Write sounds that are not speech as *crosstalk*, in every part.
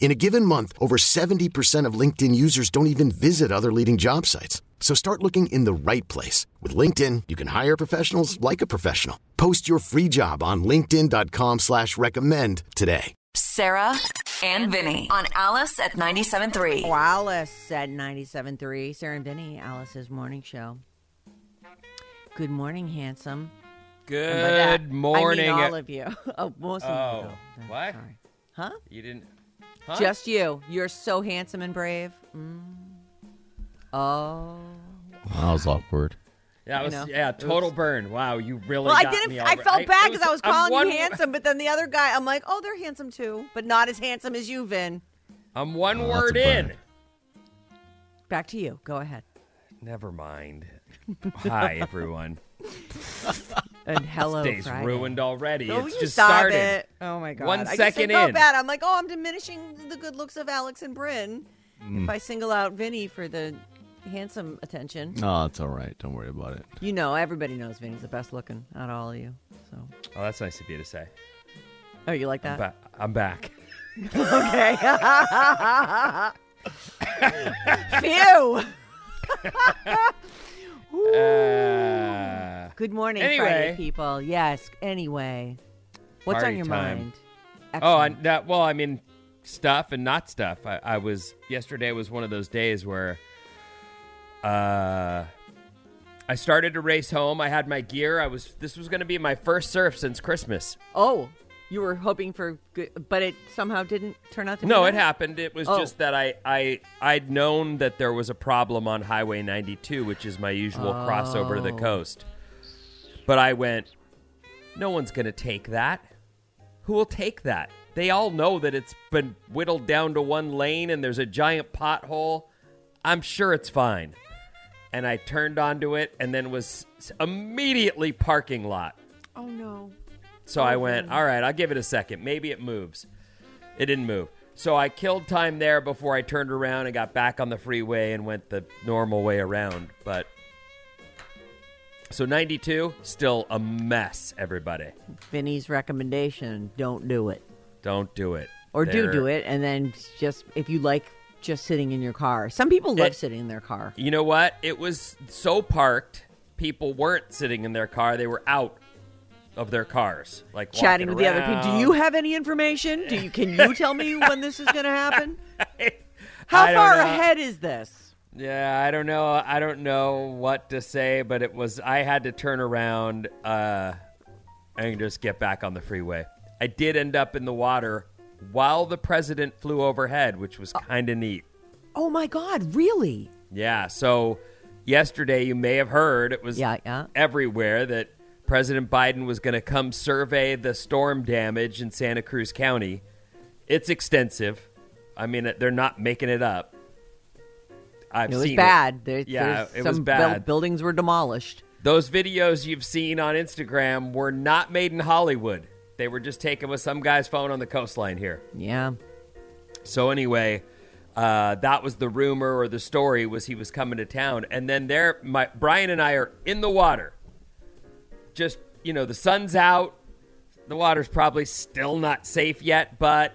In a given month, over 70% of LinkedIn users don't even visit other leading job sites. So start looking in the right place. With LinkedIn, you can hire professionals like a professional. Post your free job on linkedin.com/recommend slash recommend today. Sarah and Vinny on Alice at 97.3. Alice at 97.3. Sarah and Vinny, Alice's morning show. Good morning, handsome. And by that, Good morning. I mean all of you. *laughs* Oh, most of you. Oh, though. No, what? Sorry. Huh? you didn't. Huh? Just you. You're so handsome and brave. Mm. Oh. That was awkward. That was know. yeah, total burn. Wow, you really. Well, I got didn't. me I alre- felt bad it because I was I'm calling one, you handsome, but then the other guy, I'm like, oh, they're handsome too, but not as handsome as you, Vin. I'm one Oh, that's a word burn. in. Back to you. Go ahead. *laughs* Never mind. Hi everyone. *laughs* And hello, Day's Friday. ruined already. Oh, it's you just stop started. it. Oh my god. One I just second I felt in. bad. I'm like, oh, I'm diminishing the good looks of Alex and Bryn Mm. if I single out Vinny for the handsome attention. No, it's all right. Don't worry about it. You know, everybody knows Vinny's the best looking out of all of you. So, Oh, that's nice of you to say. oh, you like I'm, that? ba- I'm back. *laughs* *laughs* Phew. Uh, Good morning, Friday Anyway. people. Yes. Anyway, what's on Party your time. mind? oh, I, Excellent. that. Well, I mean, stuff and not stuff. I, I was yesterday was one of those days where. Uh, I started to race home. I had my gear. I was. This was going to be my first surf since Christmas. oh, you were hoping for good, but it somehow didn't turn out to be. No, that? it happened. It was Oh. just that I I I'd known that there was a problem on Highway 92, which is my usual crossover to the Oh. coast. But I went, no one's going to take that. Who will take that? They all know that it's been whittled down to one lane and there's a giant pothole. I'm sure it's fine. And I turned onto it and then was s- immediately parking lot. Oh no. Oh, So I went, all right, I'll give it a second. Maybe it moves. It didn't move. So I killed time there before I turned around and got back on the freeway and went the normal way around. But so 92, still a mess, everybody. Vinny's recommendation: don't do it. Don't do it. or do They're- do it and then just if you like just sitting in your car some people love It- sitting in their car You know what? It was so parked, people weren't sitting in their car. They were out of their cars, like chatting with walking the other people do around. you have any information do you can you tell *laughs* me when this is going to happen how I don't far know. ahead is this Yeah, I don't know. I don't know what to say, but it was. I had to turn around uh, and just get back on the freeway. I did end up in the water while the president flew overhead, which was kind of neat. oh my god really Yeah. So yesterday, you may have heard it was Yeah, yeah. everywhere that President Biden was going to come survey the storm damage in Santa Cruz County. It's extensive. I mean, they're not making it up. I've it was seen bad There- Yeah, there's it some was buil- bad. buildings were demolished Those videos you've seen on Instagram were not made in Hollywood. They were just taken with some guy's phone on the coastline here. yeah So anyway, uh, that was the rumor or the story was he was coming to town, and then there, my Brian and I are in the water. Just you know, the sun's out. The water's probably still not safe yet, but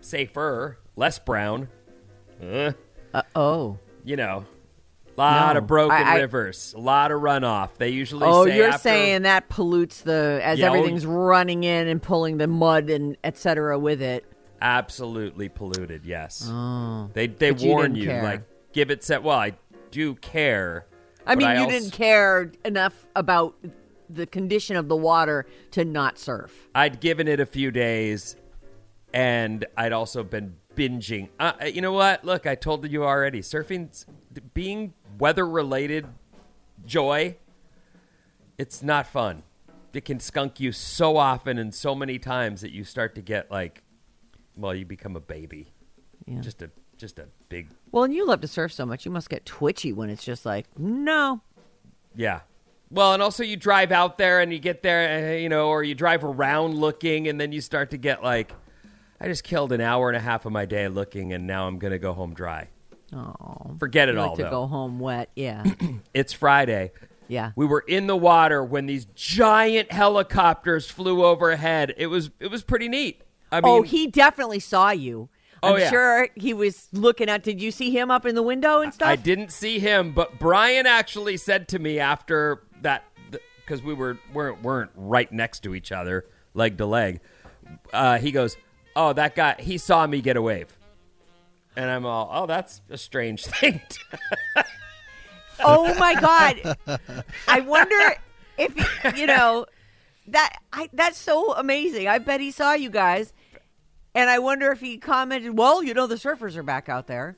safer, less brown. Uh, oh you know, lot No. of broken I- I- rivers, a lot of runoff. They usually oh say you're after- saying that pollutes the as Yeah, oh, everything's running in and pulling the mud and et cetera with it absolutely polluted. Yes, they they Oh, But you warn didn't you, care. like give it set. Well, I do care. I but mean, you also- didn't care enough about the condition of the water to not surf. I'd given it a few days, and I'd also been binging. Uh, you know what? Look, I told you already. Surfing's being weather related joy. It's not fun. It can skunk you so often and so many times that you start to get like, well, you become a baby. Yeah. Just a just a big Well, and you love to surf so much, you must get twitchy when it's just like, no. Yeah. Well, and also you drive out there and you get there, eh, you know, or you drive around looking, and then you start to get like, I just killed an hour and a half of my day looking, and now I'm gonna go home dry. Oh, Forget it you like all to though. go home wet. *coughs* Yeah, It's Friday. yeah. We were in the water when these giant helicopters flew overhead. It was it was pretty neat. I mean, oh, he definitely saw you. Oh, I'm yeah. sure he was looking out. Did you see him up in the window and stuff? I didn't see him, but Brian actually said to me after that because we were weren't weren't right next to each other, leg to leg. Uh, he goes, "Oh, that guy. He saw me get a wave," and I'm all, "Oh, that's a strange *laughs* thing." Oh my *laughs* god! I wonder if you know that. I, that's so amazing. I bet he saw you guys, and I wonder if he commented, "Well, you know, the surfers are back out there."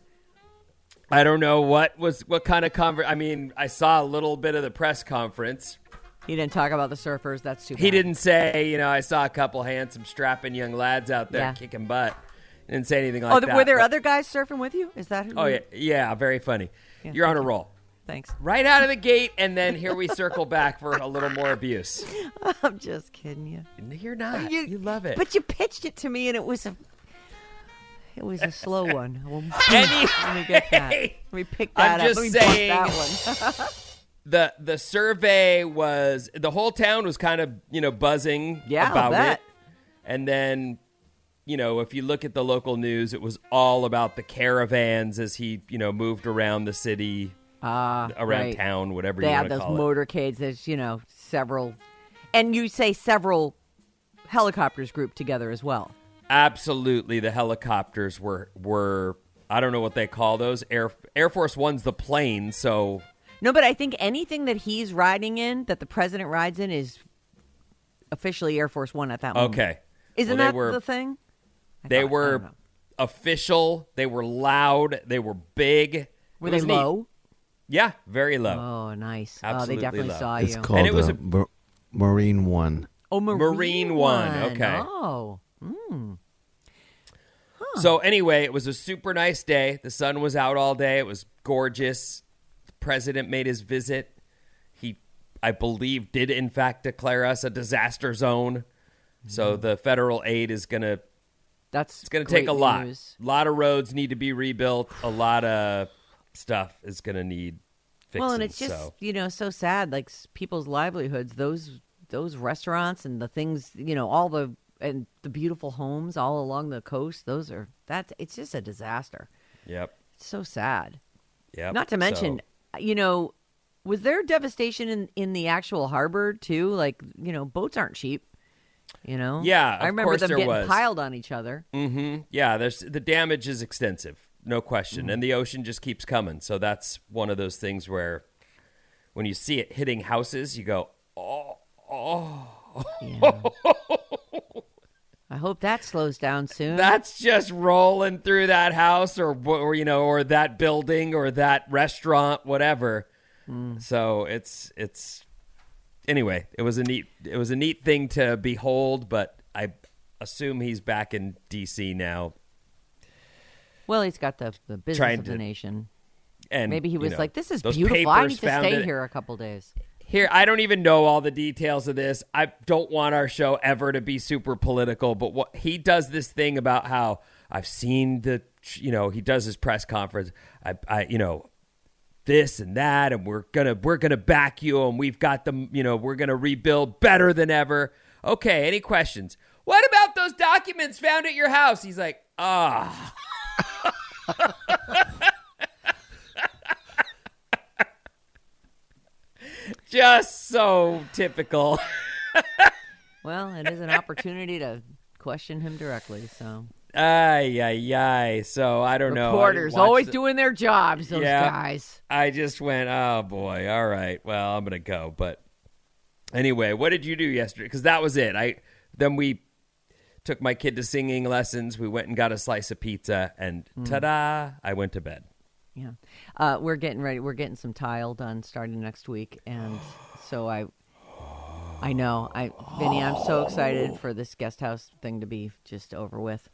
I don't know what was what kind of conver. I mean, I saw a little bit of the press conference. He didn't talk about the surfers. That's too. He bad. didn't say, you know, I saw a couple handsome, strapping young lads out there Yeah. kicking butt. Didn't say anything like Oh, that. were there but- other guys surfing with you? Is that? Who Oh yeah, yeah, very funny. You're on a roll. *laughs* Thanks. right out of the gate, and then here we circle back for a little more abuse. I'm just kidding you. You're not. You, love it. But you pitched it to me, and it was a. It was a *laughs* slow one. Well, Any- *laughs* let me get that. Let me pick I'm that just up. Let me saying- Pick that *laughs* one. the the survey was the whole town was kind of you know buzzing Yeah, I'll about bet. it, and then you know if you look at the local news, it was all about the caravans as he you know moved around the city, around Ah, right. town, whatever they you have want to those call it. motorcades. There's you know several, and you say several helicopters grouped together as well. Absolutely, the helicopters were were. I don't know what they call those. Air Air Force One's the plane, so No, but I think anything that he's riding in, that the president rides in, is officially Air Force One at that moment. okay. Mm. isn't Well, they that were- the thing? I They thought- I don't were know. official. They were loud. They were big. Were It they was neat. low? Yeah, very low. Oh, nice. oh, Absolutely they definitely low. saw It's you. called And it was uh, a- Mar- Marine One. oh, Marine, Marine One, okay. Oh, So anyway, it was a super nice day. The sun was out all day. It was gorgeous. The president made his visit. He, I believe, did in fact declare us a disaster zone. So the federal aid is gonna that's it's gonna take Mm-hmm. great a lot. news. A lot of roads need to be rebuilt. A lot of stuff is gonna need fixing. Well, and it's just so. you know so sad. Like s- people's livelihoods, those those restaurants and the things you know, all the and the beautiful homes all along the coast. Those are that's it's just a disaster. yep, It's so sad. yep. Not to mention, So- you know, was there devastation in in the actual harbor too? Like you know, boats aren't cheap. You know, Yeah, I of remember course them there getting was. piled on each other. Mm-hmm. Yeah, there's the damage is extensive, no question, and the ocean just keeps coming. So that's one of those things where, when you see it hitting houses, you go, "Oh, I hope that slows down soon. that's just rolling through that house, or wh- or you know, or that building, or that restaurant, whatever." Mm. So it's it's anyway, it was a neat it was a neat thing to behold, but I assume he's back in D.C. now, well, he's got the the business Trying of the to- nation. and Maybe he you was know, like, "This is those beautiful. I papers need to found stay it- here a couple days." Here, I don't even know all the details of this. I don't want our show ever to be super political, but what he does this thing about how I've seen the, you know, he does his press conference. I, I you know, this and that, and we're gonna we're gonna back you, and we've got them, you know, we're gonna rebuild better than ever. Okay, any questions? What about those documents found at your house? He's like, ah. Just so typical. *laughs* Well, it is an opportunity to question him directly. So Ay, ay, ay. So I don't know. I reporters didn't watch always the- doing their jobs. Those Yeah. guys. I just went, oh boy, all right, well, I'm going to go. But Anyway, what did you do yesterday? Because that was it. I then we took my kid to singing lessons. We went and got a slice of pizza, and Hmm. ta-da! I went to bed. Yeah. Uh, we're getting ready. We're getting some tile done starting next week. And so I, I know. I, Vinny, I'm so excited for this guest house thing to be just over with.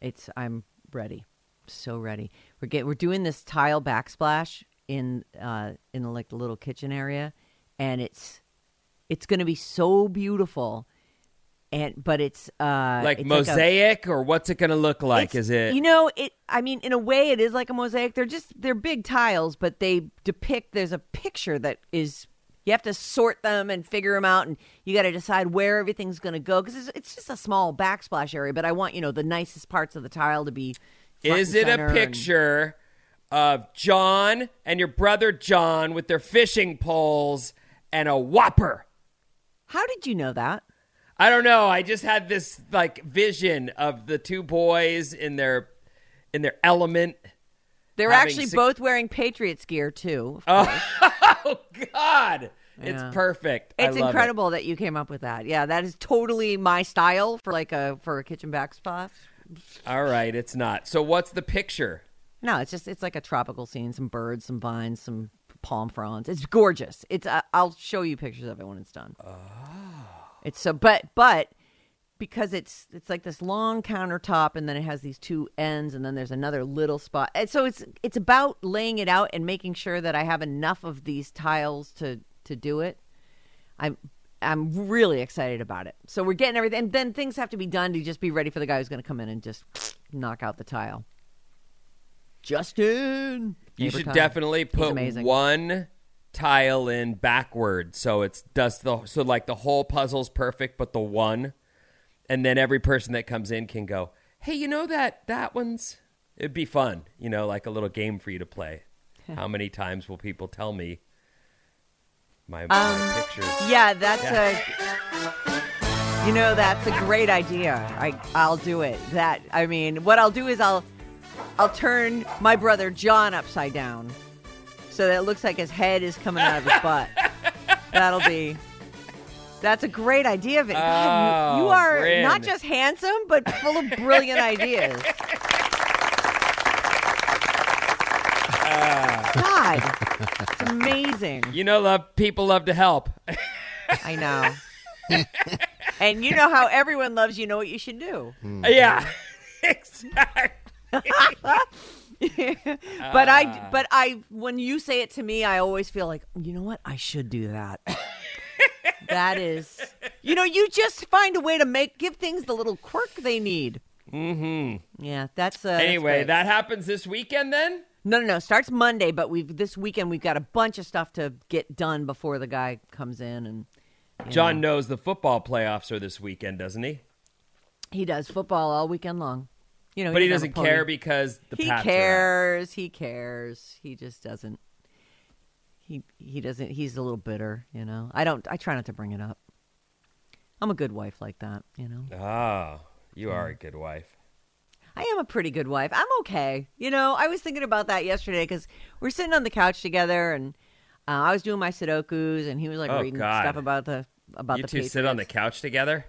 It's, I'm ready. So ready. We're get, we're doing this tile backsplash in, uh, in the like the little kitchen area. And it's, it's going to be so beautiful. And, but it's, uh, Like it's a- mosaic, or what's it going to look like? it's- Is it? You know, it. I mean, in a way, it is like a mosaic. They're just they're big tiles, but they depict. There's a picture that is. You have to sort them and figure them out, and you got to decide where everything's going to go because it's, it's just a small backsplash area. But I want you know the nicest parts of the tile to be. front Is and it center a and- picture of John and your brother John with their fishing poles and a whopper? How did you know that? I don't know. I just had this like vision of the two boys in their in their element. They're Having actually six- both wearing Patriots gear too. Oh God, Yeah. it's perfect. I it's love it. incredible that you came up with that. Yeah, that is totally my style for like a for a kitchen backsplash. All right, it's not. So what's the picture? No, it's just it's like a tropical scene. Some birds, some vines, some palm fronds. It's gorgeous. It's uh, I'll show you pictures of it when it's done. Oh. It's so, but but because it's it's like this long countertop, and then it has these two ends, and then there's another little spot. And so it's it's about laying it out and making sure that I have enough of these tiles to to do it. I'm. I'm really excited about it. So we're getting everything, and then things have to be done to just be ready for the guy who's going to come in and just knock out the tile. Justin. You Neighbor should Tom. definitely put amazing. one tile in backward so it's does the so like the whole puzzle's perfect but the one and then every person that comes in can go, "Hey, you know that that one's it'd be fun, you know, like a little game for you *laughs* to play." How many times will people tell me my, my Um, pictures? Yeah, that's a. You know, that's a great idea. I I'll do it. That I mean, what I'll do is I'll I'll turn my brother John upside down, so that it looks like his head is coming out of his *laughs* butt. That'll be. That's a great idea, Vin. God, you, you Oh, are Bryn. not just handsome, but full of *laughs* brilliant ideas. Ah. God, it's amazing. You know, love people love to help. *laughs* I know. and you know how everyone loves you know what you should *laughs* do. yeah. exactly. But Ah. I but I when you say it to me I always feel like you know what I should do that. that is You know you just find a way to make give things the little quirk they need. Mhm. Yeah, that's uh that's Mm-hmm. Anyway, great. that happens this weekend then? No, no, no. Starts Monday, but we've this weekend we've got a bunch of stuff to get done before the guy comes in and John knows the football playoffs are this weekend, doesn't he? he does football all weekend long. You know, But he doesn't have doesn't a care pony. because the he Pats Are out. cares. He cares. He just doesn't. He he doesn't. He's a little bitter, you know. I don't. I try not to bring it up. I'm a good wife like that, you know. Oh, you are a good wife. I am a pretty good wife. I'm okay, you know. I was thinking about that yesterday because we're sitting on the couch together, and uh, I was doing my sudokus, and he was like Oh, reading God. stuff about the about you the two sit on the Patriots. couch together?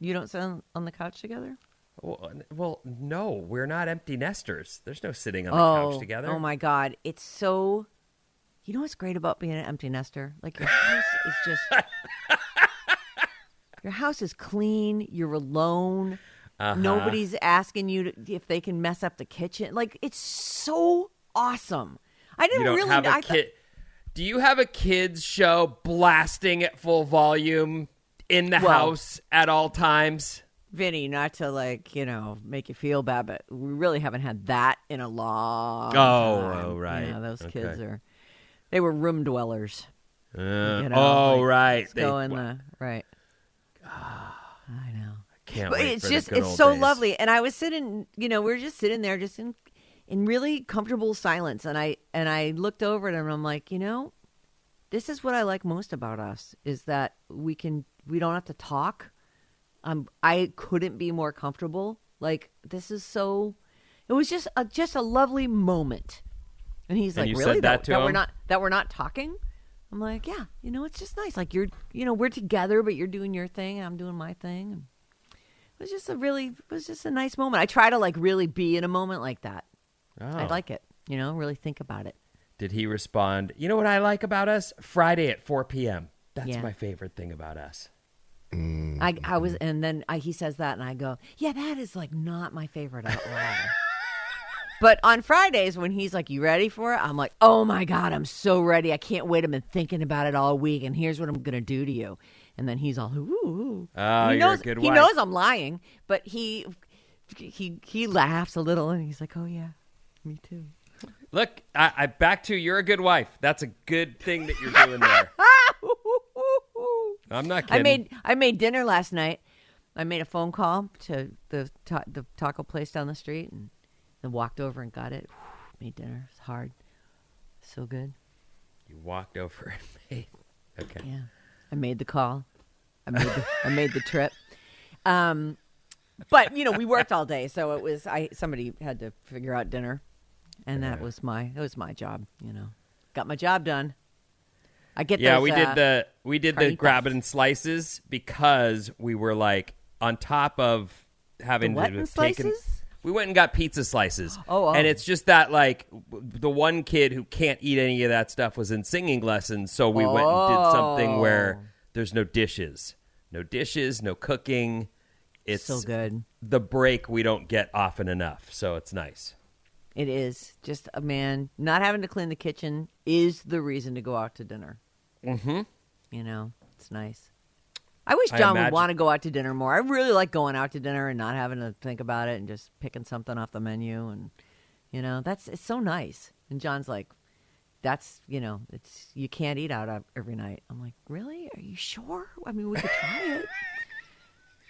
You don't sit on, on the couch together. Well, n- well, no, we're not empty nesters. There's no sitting on the oh, couch together. Oh my God, it's so. You know what's great about being an empty nester? Like *laughs* your house is just. Your house is clean. You're alone. Uh-huh. Nobody's asking you to, if they can mess up the kitchen. Like it's so awesome. I didn't You don't really. have a I thought- kid. Do you have a kids show blasting at full volume in the Well- house at all times? Vinny, not to like you know make you feel bad, but we really haven't had that in a long. Oh, time. oh, You right. know, those kids Okay. are. They were room dwellers. Uh, You know, oh, like, right. Let's go in wa- the right. I know. can't But wait it's for the just good it's old so days. lovely. And I was sitting, you know, we were just sitting there just in in really comfortable silence and I and I looked over at him and I'm like, you know, this is what I like most about us is that we can we don't have to talk. Um I couldn't be more comfortable. Like this is so it was just a just a lovely moment. And he's And like, you "Really? said that to that we're him? not that we're not talking?" I'm like, yeah, you know, it's just nice. Like you're, you know, we're together, but you're doing your thing, and I'm doing my thing. And it was just a really, it was just a nice moment. I try to like really be in a moment like that. I Oh. like it, you know, really think about it. Did he respond? You know what I like about us? Friday at 4 p.m. That's Yeah. my favorite thing about us. I, I was, and then I, he says that, and I go, yeah, that is like not my favorite at *laughs* all. but on Fridays, when he's like, you ready for it? I'm like, oh my God, I'm so ready. I can't wait. I've been thinking about it all week, and here's what I'm going to do to you. And then he's all, ooh. ooh. Oh, he you're a knows, good He wife. knows I'm lying, but he, he, he laughs a little, and he's like, oh yeah, me *laughs* too. *laughs* Look, I, I back to you're a good wife. That's a good thing that you're *laughs* doing there. I'm not kidding. I made I made dinner last night. I made a phone call to the ta- the taco place down the street and then walked over and got it. *sighs* made dinner. It's hard. So good. you walked over and *laughs* made. Okay. Yeah. I made the call. I made the, I made the trip. Um but you know, we worked all day, so it was I somebody had to figure out dinner. And that was my that was my job, you know. Got my job done. I get Yeah, those, we did uh, the we did the carnitas. grab it and slices because we were like on top of having The what to and have taken- slices? We went and got pizza slices. *gasps* Oh, oh. and it's just that like w- the one kid who can't eat any of that stuff was in singing lessons, so we went and did something Oh. where there's no dishes, no dishes, no cooking. It's so good. the break we don't get often enough, so it's nice. It is just a man not having to clean the kitchen is the reason to go out to dinner. Mm-hmm. You know, it's nice. I wish I John would imagine- want to go out to dinner more. I really like going out to dinner and not having to think about it and just picking something off the menu and you know, that's it's so nice. And John's like, that's you know, it's you can't eat out ev- every night. I'm like, really? Are you sure? I mean, we could try it.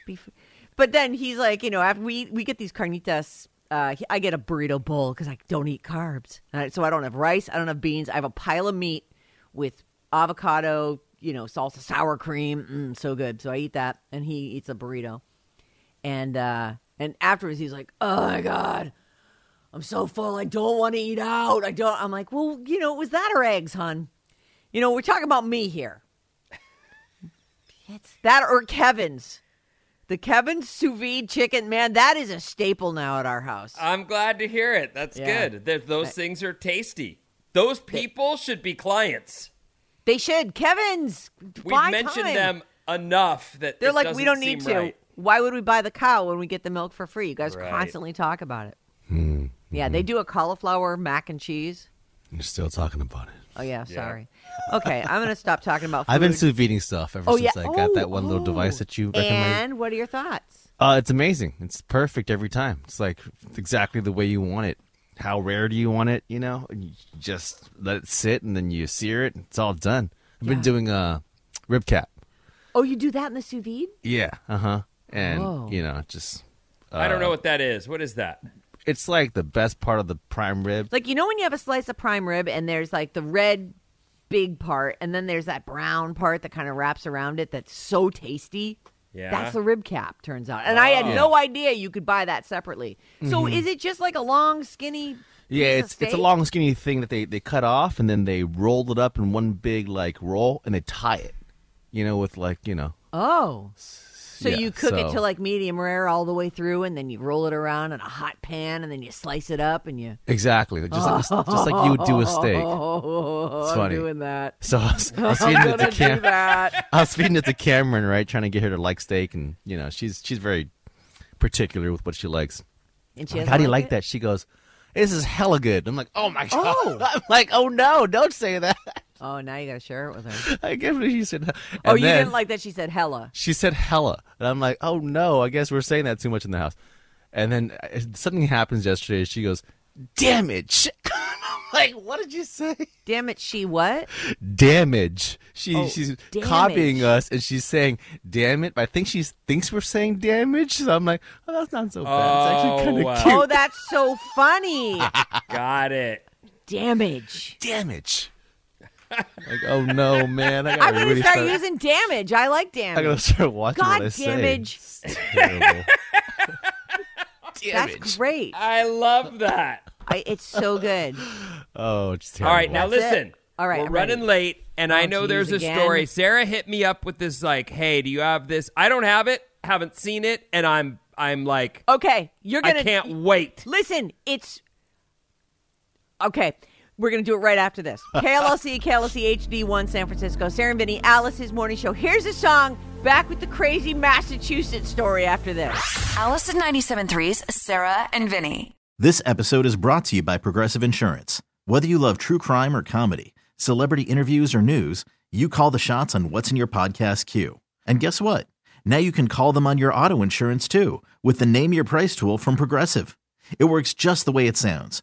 Be f- But then he's like, you know, after we we get these carnitas. Uh, he- I get a burrito bowl because I don't eat carbs, Uh, so I don't have rice. I don't have beans. I have a pile of meat with avocado, you know, salsa, sour cream, mm, so good. So I eat that, and he eats a burrito, and uh, and afterwards he's like, oh my god, I'm so full. I don't want to eat out. I don't. I'm like, well, you know, was that or eggs, hon? You know, we're talking about me here. it's that or Kevin's. The Kevin's sous vide chicken, man, that is a staple now at our house. I'm glad to hear it. That's Yeah. good. Th- those things are tasty. Those people should be clients. they should. Kevin's. We've buy mentioned time. them enough that They're it like, we doesn't don't need seem to. right. Why would we buy the cow when we get the milk for free? You guys Right. constantly talk about it. Yeah, they do a cauliflower mac and cheese. You're still talking about it. Oh yeah, sorry. Okay, I'm gonna stop talking about. Food. *laughs* I've been sous viding stuff ever Oh, since yeah. I got Oh, that one little device oh. that you recommended. And what are your thoughts? Uh, it's amazing. It's perfect every time. It's like exactly the way you want it. How rare do you want it? You know, you just let it sit and then you sear it. and It's all done. I've been doing uh, rib cap. Oh, you do that in the sous vide? Yeah. Uh huh. And Whoa. you know, it just I don't know what that is. What is that? it's like the best part of the prime rib. Like you know when you have a slice of prime rib and there's like the red big part and then there's that brown part that kind of wraps around it that's so tasty. Yeah. That's the rib cap, turns out. And I had Oh. no idea you could buy that separately. So Mm-hmm. is it just like a long, skinny Yeah, piece of it's it's a steak? long skinny thing that they, they cut off and then they rolled it up in one big like roll and they tie it, you know, with like you know. Oh. So yeah, you cook it so- to like medium rare all the way through and then you roll it around in a hot pan and then you slice it up and you Exactly, like- just like a- just like you would do a steak. *laughs* Oh, It's I'm funny. doing that. So I was, I was feeding it to Do Cam- that. I was feeding it to Cameron, right, trying to get her to like steak, and you know she's she's very particular with what she likes. And she I'm like, doesn't How do you like it? that? She goes, "This is hella good." I'm like, "Oh my god!" *laughs* I'm like, "Oh no, don't say that." *laughs* Oh, now you gotta share it with her. I can't believe she said. that. oh, And you then- didn't like that she said hella. She said hella. And I'm like, oh no, I guess we're saying that too much in the house. And then uh, something happens yesterday. She goes, damage. *laughs* I'm like, what did you say? Damn it, she *laughs* what? Damage. She, she's Oh, damage. copying us and she's saying, damn it. But I think she thinks we're saying damage. So I'm like, oh, that's not so bad. It's actually kind Oh, of wow. cute. Oh, that's so *laughs* funny. Got it. damage. damage. like, oh no, *laughs* man. I gotta I'm gonna really start, using damage. I like I gotta damage. start watching God what I say. damage. It's terrible. That's damage. *laughs* great. I love that. I, it's so good. Oh, it's All terrible. right, now Oh, That's it. listen. *laughs* All right, we're I'm running ready. Oh, late. And I know geez, there's a again? story. Sarah hit me up with this like, "Hey, do you have this?" I don't have it. Haven't seen it, and I'm I'm like, Okay, you're gonna. I can't wait. Listen, it's okay. We're gonna do it right after this. KLLC, KLLC HD One, San Francisco. Sarah and Vinny, Alice's morning show. Here's a song. Back with the crazy Massachusetts story after this. Alice at 97.3's Sarah and Vinny. This episode is brought to you by Progressive Insurance. Whether you love true crime or comedy, celebrity interviews or news, you call the shots on what's in your podcast queue. And guess what? Now you can call them on your auto insurance too with the Name Your Price tool from Progressive. It works just the way it sounds.